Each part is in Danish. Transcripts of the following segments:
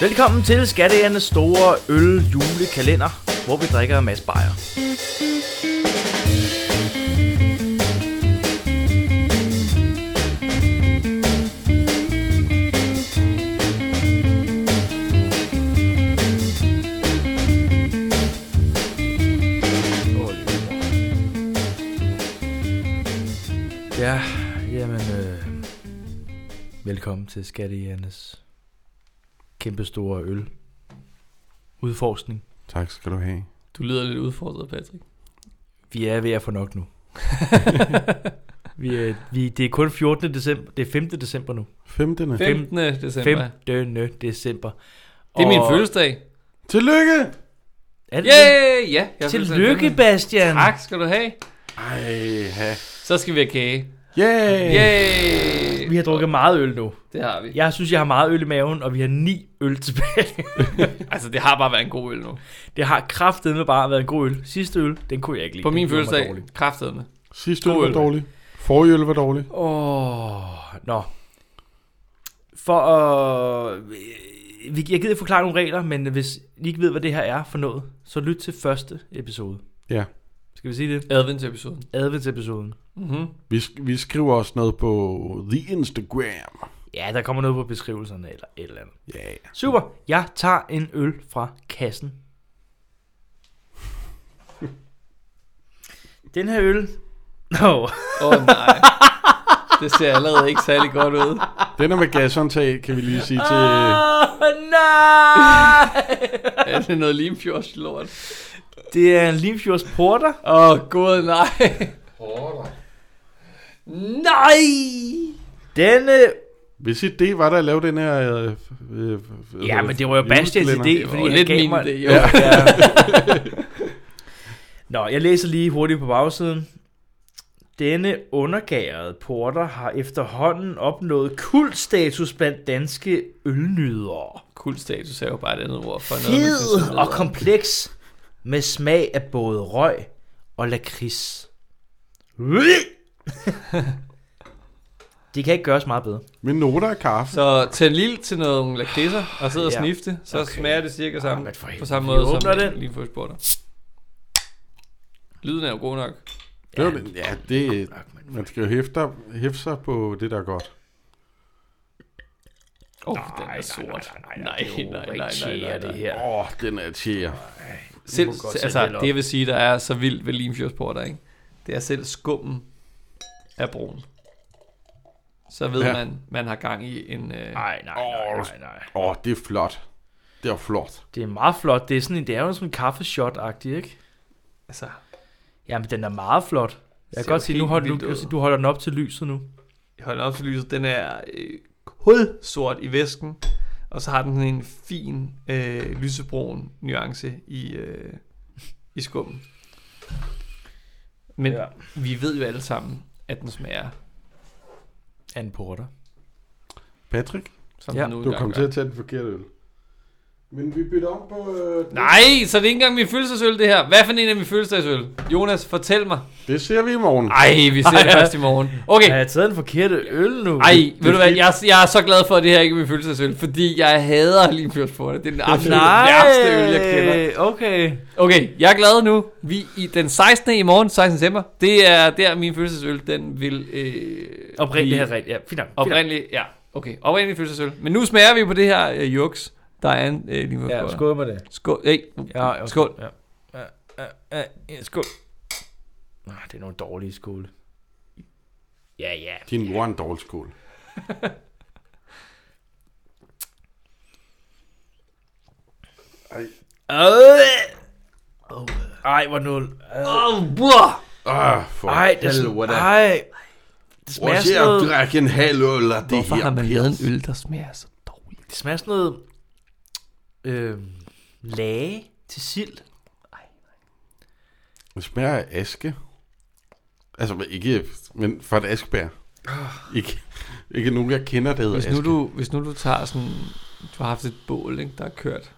Velkommen til Skatteernes store øl julekalender, hvor vi drikker en masse bajer. Ja, jamen, øh, velkommen til Skattejernes kæmpestore øl udforskning. Tak skal du have. Du lyder lidt udfordret, Patrick. Vi er ved at få nok nu. vi er, vi, det er kun 14. december, det er 15. december nu. 15. 15. december. 15. december. Det er min Og- fødselsdag. Tillykke! Er det det? Yay! Ja, jeg er Tillykke, fødselsdag. Bastian. Tak skal du have. Ej, ha. Så skal vi have kage. Yeah! Yay! Øh. Vi har drukket meget øl nu. Det har vi. Ja. Jeg synes, jeg har meget øl i maven, og vi har ni øl tilbage. Altså, det har bare været en god øl nu. det har kraftedeme bare været en god øl. Sidste øl, den kunne jeg ikke lide. På min Den gjorde mig fødselsdag, dårlig. kraftedeme. Sidste øl God var øl. dårlig. Forrige øl var dårlig. Åh, nå. For at... Øh, vi- jeg gider ikke forklare nogle regler, men hvis I ikke ved, hvad det her er for noget, så lyt til første episode. Ja. Skal vi sige det? Adventsepisoden. Adventsepisoden. Mm-hmm. Vi, sk- vi skriver også noget på The Instagram. Ja, der kommer noget på beskrivelserne eller et eller andet. Ja. Yeah. Super. Jeg tager en øl fra kassen. Den her øl... Nå, Åh oh, nej. Det ser allerede ikke særlig godt ud. Den er med gasåndtag, kan vi lige sige til... oh, nej! Er det noget limfjords lort? Det er en Limfjords Porter. Åh, oh, gud nej. Nej! Den øh, Hvis idé var der at lave den her... Øh, øh, øh, Ja, men det var jo Bastians julekalender. idé, var fordi jo han lidt gav min mig... idé, jo. Ja. Nå, jeg læser lige hurtigt på bagsiden. Denne undergærede porter har efterhånden opnået kultstatus blandt danske ølnydere. Kul status er jo bare et andet ord for noget. man synes er Fed og nederen. kompleks med smag af både røg og lakrids. Det kan ikke gøres meget bedre. Min noter er kaffe. Så tag en lille til nogle lakridser og sidde og Ja. snifte, så Okay. Ah, okay. smager det cirka samme, men for helvede. på samme Vi måde åbner som den. en limfjordsborter. Lyden er jo god nok. Det var, det- ja, det... Man skal jo hæfte, hæfte sig på det, der er godt. Åh, oh, den er sort. Nej, nej, nej, nej, nej, nej, det nej. her. Åh, oh, den er tjære. Selv, godt sætte den altså, op. det vil sige, der er så vildt ved limfjordsborter, ikke? Det er selv skummen af brun. Så ved Ja. ja. man, man har gang i en... Øh, Nej, nej, nej, nej, nej. Åh, oh, det er flot. Det er flot. Det er meget flot. Det er, sådan, en- det er jo sådan en kaffeshot-agtig, ikke? altså, Jamen, den er meget flot. Jeg Ser kan godt jo sige, nu helt holder, nu, vildt kan jeg ud. sige, du holder den op til lyset nu. hold op for lyset, den er øh, hudsort i væsken, og så har den sådan en fin øh, lysebrun nuance i, øh, i skummen. Men Ja. ja. vi ved jo alle sammen, at den smager, An porter. Patrick, som Ja, ja, den nu du engang kom gør. til at tage den forkerte øl. Men vi bytter om på... Øh, Nej, så det er ikke engang min fødselsdagsøl, det her. Hvad for en af min fødselsdagsøl? Jonas, fortæl mig. Det ser vi i morgen. Ej, vi ser det Ej, først i morgen. Okay. Har Okay. jeg taget den forkerte øl nu? Ej, ved du hvad, jeg, er- jeg er så glad for, at det her ikke er min fødselsdagsøl, fordi jeg hader limfjordsborte. Det er den absolut Nej. værste øl, jeg kender. Okay. Okay, jeg er glad nu. Vi i den 16. i morgen, 16. december, det er der min fødselsøl, den vil... Øh, Oprindeligt blive- her rigtigt. Ja, fint nok. fint nok. Oprindelig, ja. Okay, oprindelig fødselsøl. Men nu smager vi på det her øh, juks, der er en øh, Ja, limfjordsborte. skål med det. Skål. Hey. Ja, okay. Skål. Ja. Ja, ja, ja, ja, skål. Ah, det er nogle dårlige skåle. Ja, ja. Din mor er en dårlig skål. Øh. Ej, hvor nul. Øh. Åh, bror! Ah, for Ej, det, helvede. sm- ej, det Prøv smager at se, sådan jeg noget, drak en halv øl af det Hvorfor her har man pis. lavet en øl, der smager så dårligt? det smager sådan noget øh, lage til sild. Det smager af aske. Altså, men ikke, men fra et askebær. Ikke, ikke nogen, jeg kender, der hedder Ah. Hvis aske. nu, du, hvis nu du tager sådan... Du har haft et bål, ikke, der er kørt.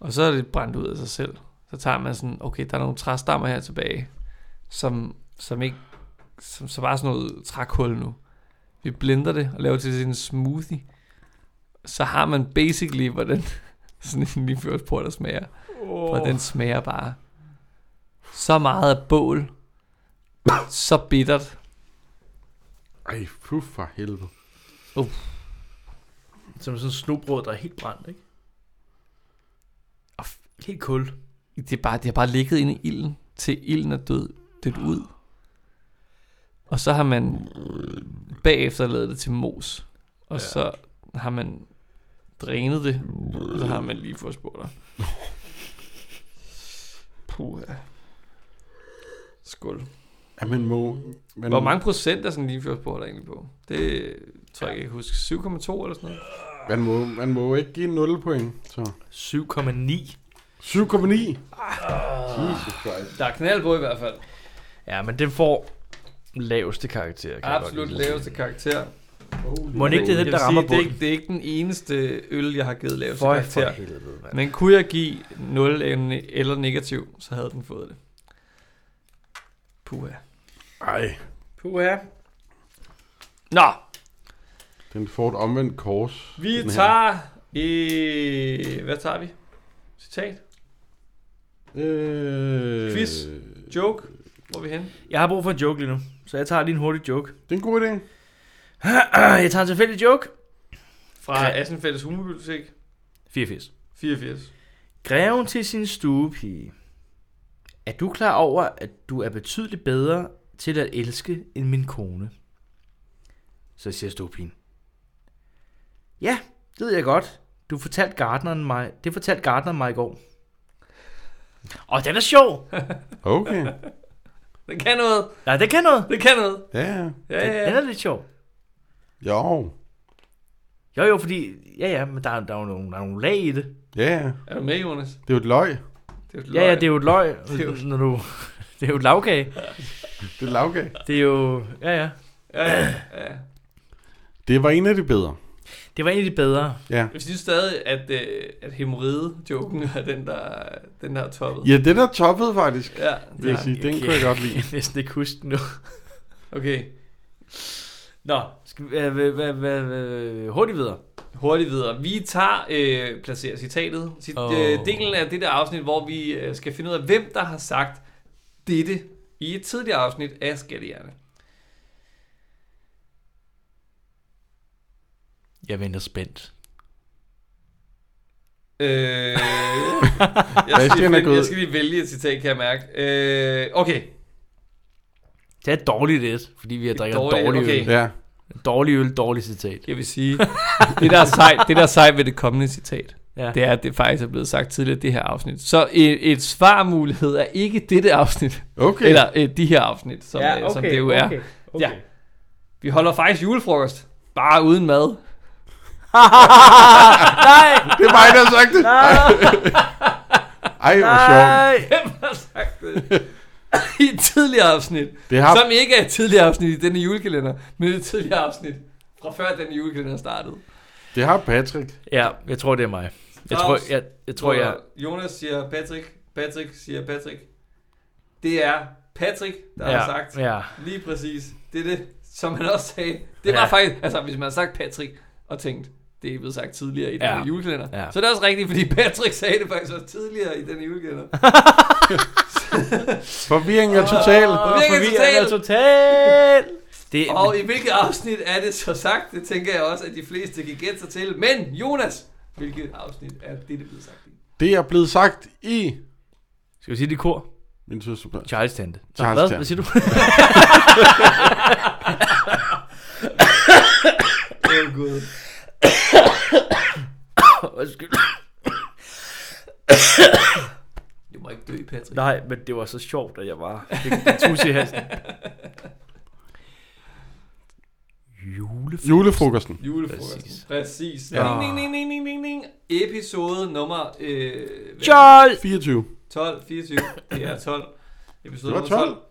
Og så er det brændt ud af sig selv. Så tager man sådan... Okay, der er nogle træstammer her tilbage, som, som ikke... Som, så bare sådan noget trækhul nu. Vi blender det og laver til sådan en smoothie. så har man basically, hvordan sådan en limfjordsporter smager. Oh. For den smager bare så meget af bål, så bittert. Ej, puh for helvede. Som sådan en snobrød, der er helt brændt, ikke? Og f- helt kul. Det, er bare, det har bare ligget inde i ilden, til ilden er død, dødt ud. Og så har man bagefter lavet det til mos. Og ja. Ja. så har man drænet det, og så har man lige fået spurgt Puh, ja. Skål. Ja, men må... Men, Hvor mange procent er sådan en limfjordsbord der egentlig på? Det tror jeg ikke, jeg kan huske. 7,2 eller sådan noget? Man må, man må ikke give 0 point, så... 7,9. 7,9! Jesus Christ. Der er knald på i hvert fald. Ja, men den får laveste karakter. Kan jeg Absolut godt lide. laveste karakter. Må den ikke det er den, Jeg vil der rammer sige, det, er bunden? ikke, det er ikke den eneste øl, jeg har givet laveste Føj for karakter. helvede, mand. Men kunne jeg give 0 en- eller negativ, så havde den fået det. Puha. Ej, Puha. Nå, den får et omvendt kors. Vi den her. tager... Øh, hvad tager vi? Citat? Øh, Quiz. Joke? Hvor er vi henne? jeg har brug for en joke lige nu, så jeg tager lige en hurtig joke. Det er en god idé. jeg tager en tilfældig joke. Fra Ja. Assenfælles Humorbibliotek 84. 84. Greven til sin stuepige. Er du klar over, at du er betydeligt bedre til at elske end min kone? Så siger stuepigen. Ja, det ved jeg godt. Du fortalte gardneren mig, det fortalte gardneren mig i går. Og den er sjov. Okay. Det kan noget. Nej, det kan noget. Det kan noget. Ja, ja. Ja, Den, ja, den ja. er lidt sjov. Jo. Jo, jo, fordi... Ja, ja, men der, er- der er jo nogle, der er nogle lag i det. Ja, ja. Er du med, Jonas? Det er jo et løg. Det er jo et Ja, ja, løg. det er jo et løg, Det er jo- når du... Det er jo et lavkage. Det er et lavkage. Det er jo... Ja, ja. Ja, ja, ja. Det var en af de bedre. Det var egentlig bedre. Ja. Jeg synes stadig, at, øh, at hemorrhide-joken er den, der, den der er toppet. Ja, den er toppet faktisk, Ja, vil jeg Ja, sige. Den okay. kunne jeg godt lide. Jeg kan næsten ikke huske den nu. okay. Nå, skal vi, øh, hvad, hvad, hvad, hvad, hurtigt videre. Hurtigt videre. Vi tager, øh, placerer citatet. Cit- Åh. oh. øh, delen af det der afsnit, hvor vi øh, skal finde ud af, hvem der har sagt dette i et tidligere afsnit af Skattehjerne. Jeg venter spændt. Øh, jeg, skal Bastian er finde, gået. jeg skal lige vælge et citat, kan jeg mærke. Øh, okay. Det er et dårligt et, fordi vi har Et drikket dårligt- dårlig, dårlig okay. øl. Ja. Dårlig øl, dårlig citat. Jeg vil sige, det der er sejt, det der er sejt ved det kommende citat, Ja. det er, at det faktisk er blevet sagt tidligere i det her afsnit. Så e-, et, et svarmulighed er ikke dette afsnit, Okay. okay. eller øh, de her afsnit, som, ja, okay, som det jo er. Okay. okay. Ja. Vi holder faktisk julefrokost, bare uden mad. nej, Det er mig, der har sagt det. Ej, hvor sjovt. nej. Hvem har sagt det? I et tidligere afsnit, Det ja. har... som ikke er et tidligere afsnit i denne julekalender, men et tidligere afsnit fra før denne julekalender startede. Det har Patrick. Ja, jeg tror, det er mig. Jeg tror, jeg, jeg, tror, jeg, Jonas siger Patrick, Patrick siger Patrick. Det er Patrick, der ja. har sagt ja. lige præcis det, er det som han også sagde. Det var Ja. ja. faktisk, altså hvis man har sagt Patrick og tænkt, det er blevet sagt tidligere i den Ja. ja. julekalender. Ja. Ja. Så det er også rigtigt, fordi Patrick sagde det faktisk også tidligere i den julekalender. Forvirringen er total. Ah. Forvirringen er total. Det, Og i hvilket afsnit er det så sagt? Det tænker jeg også, at de fleste kan gætte sig til. Men Jonas, hvilket afsnit er det, det er blevet sagt i? Det er blevet sagt i... skal vi sige det i kor? Min søster. Charles Tante. Nå, Charles hvad? Tante. Hvad siger du? Åh oh, gud. Undskyld. Du må ikke dø, Patrick. Nej, men det var så sjovt, at jeg var fik en tusse i halsen. Julefrokost. Julefrokosten. Julefrokosten. Præcis. Præcis. Præcis. Ja. Ja. Ding, ding, ding, ding, ding, ding, ding. Episode nummer øh, hvad? Charles! 24. 12, 24. Det er 12. Episode Det var nummer 12. 12.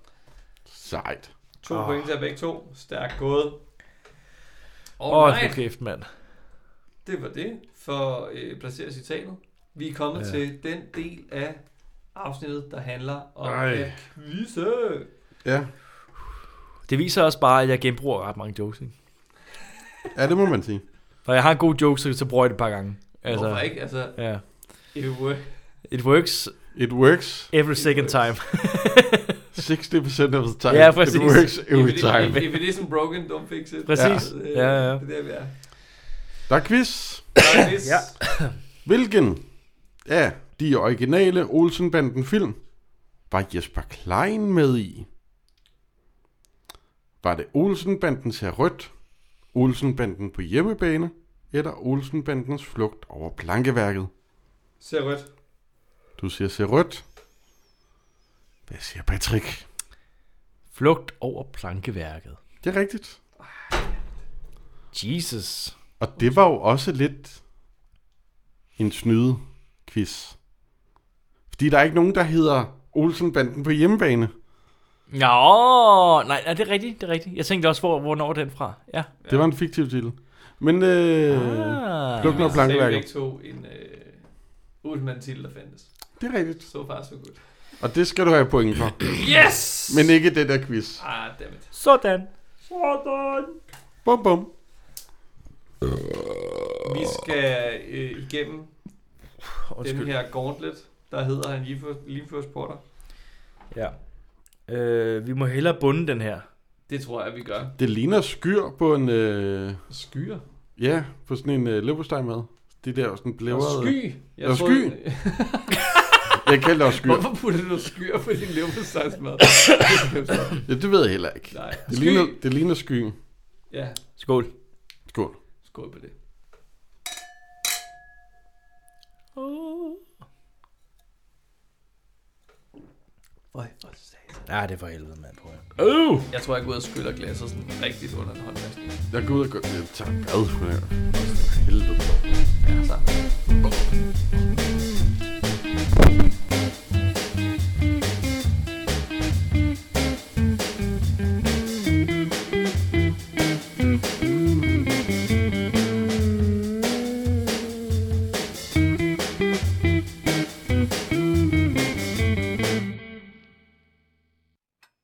Sejt. To Åh. oh. point til jer begge to. Stærkt gået. Åh, oh, Alright, okay. kæft, mand. det var det for øh, placeret citatet. Vi er kommet Ja. ja. til den del af afsnittet, der handler om Ej. at quizze. Ja. Det viser også bare, at jeg genbruger ret mange jokes, ikke? ja, det må man sige. Når jeg har en god joke, så, så bruger jeg det et par gange. Altså, Hvorfor ikke? Altså, Ja. it work. It works It works every It second works. time. 60% of the time. Ja, præcis. It works every if, it- time. If, if it isn't broken, don't fix it. Præcis. Øh, Ja, ja, ja. Det er der, vi er. Der er quiz. Der er quiz. Ja. Hvilken af de originale Olsenbanden-film var Jesper Klein med i? Var det Olsenbanden ser rødt, Olsenbanden på hjemmebane, eller Olsenbandens flugt over plankeværket? Ser rødt. Du siger ser rødt. Hvad siger Patrick? Flugt over plankeværket. Det er rigtigt. Jesus. Og det var jo også lidt en snyde quiz. Fordi der er ikke nogen, der hedder Olsenbanden på hjemmebane. Nå, nej, er det er rigtigt, det er rigtigt. Jeg tænkte også, hvor, hvornår er den fra. Ja. Ja. Det var en fiktiv titel. Men øh, ah. Ah. Flugten over plankeværket. Det tog en øh, Ultiman titel, der fandtes. Det er rigtigt. Så far, så godt. Og det skal du have point for. Yes! Men ikke det der quiz. Ah, dammit. Sådan. Bum, bum. Vi skal øh, igennem den Undskyld. her gauntlet, der hedder han Limfjordsporter. Ja. Øh, vi må hellere bunde den her. Det tror jeg, vi gør. Det ligner skyr på en... Øh, Skyer? ja, på sådan en øh, leverpostejmad. Det der sådan Det blevet... sky. Jeg Nå, troede- sky. Jeg kalder det også skyr. Hvorfor putter du noget skyer på din leverpostejsmad? Ja, det ved jeg heller ikke. Nej. Det Sky. ligner, det ligner skyen. Ja, Skål. Skål. skål på det. Øj, for satan. Ja, Ah, det er for helvede, mand. Prøv at- Jeg tror, jeg går ud og skyller glasset sådan rigtigt under en håndvask. Jeg går ud og går... Jeg tager bad. for helvede. Ja, sammen.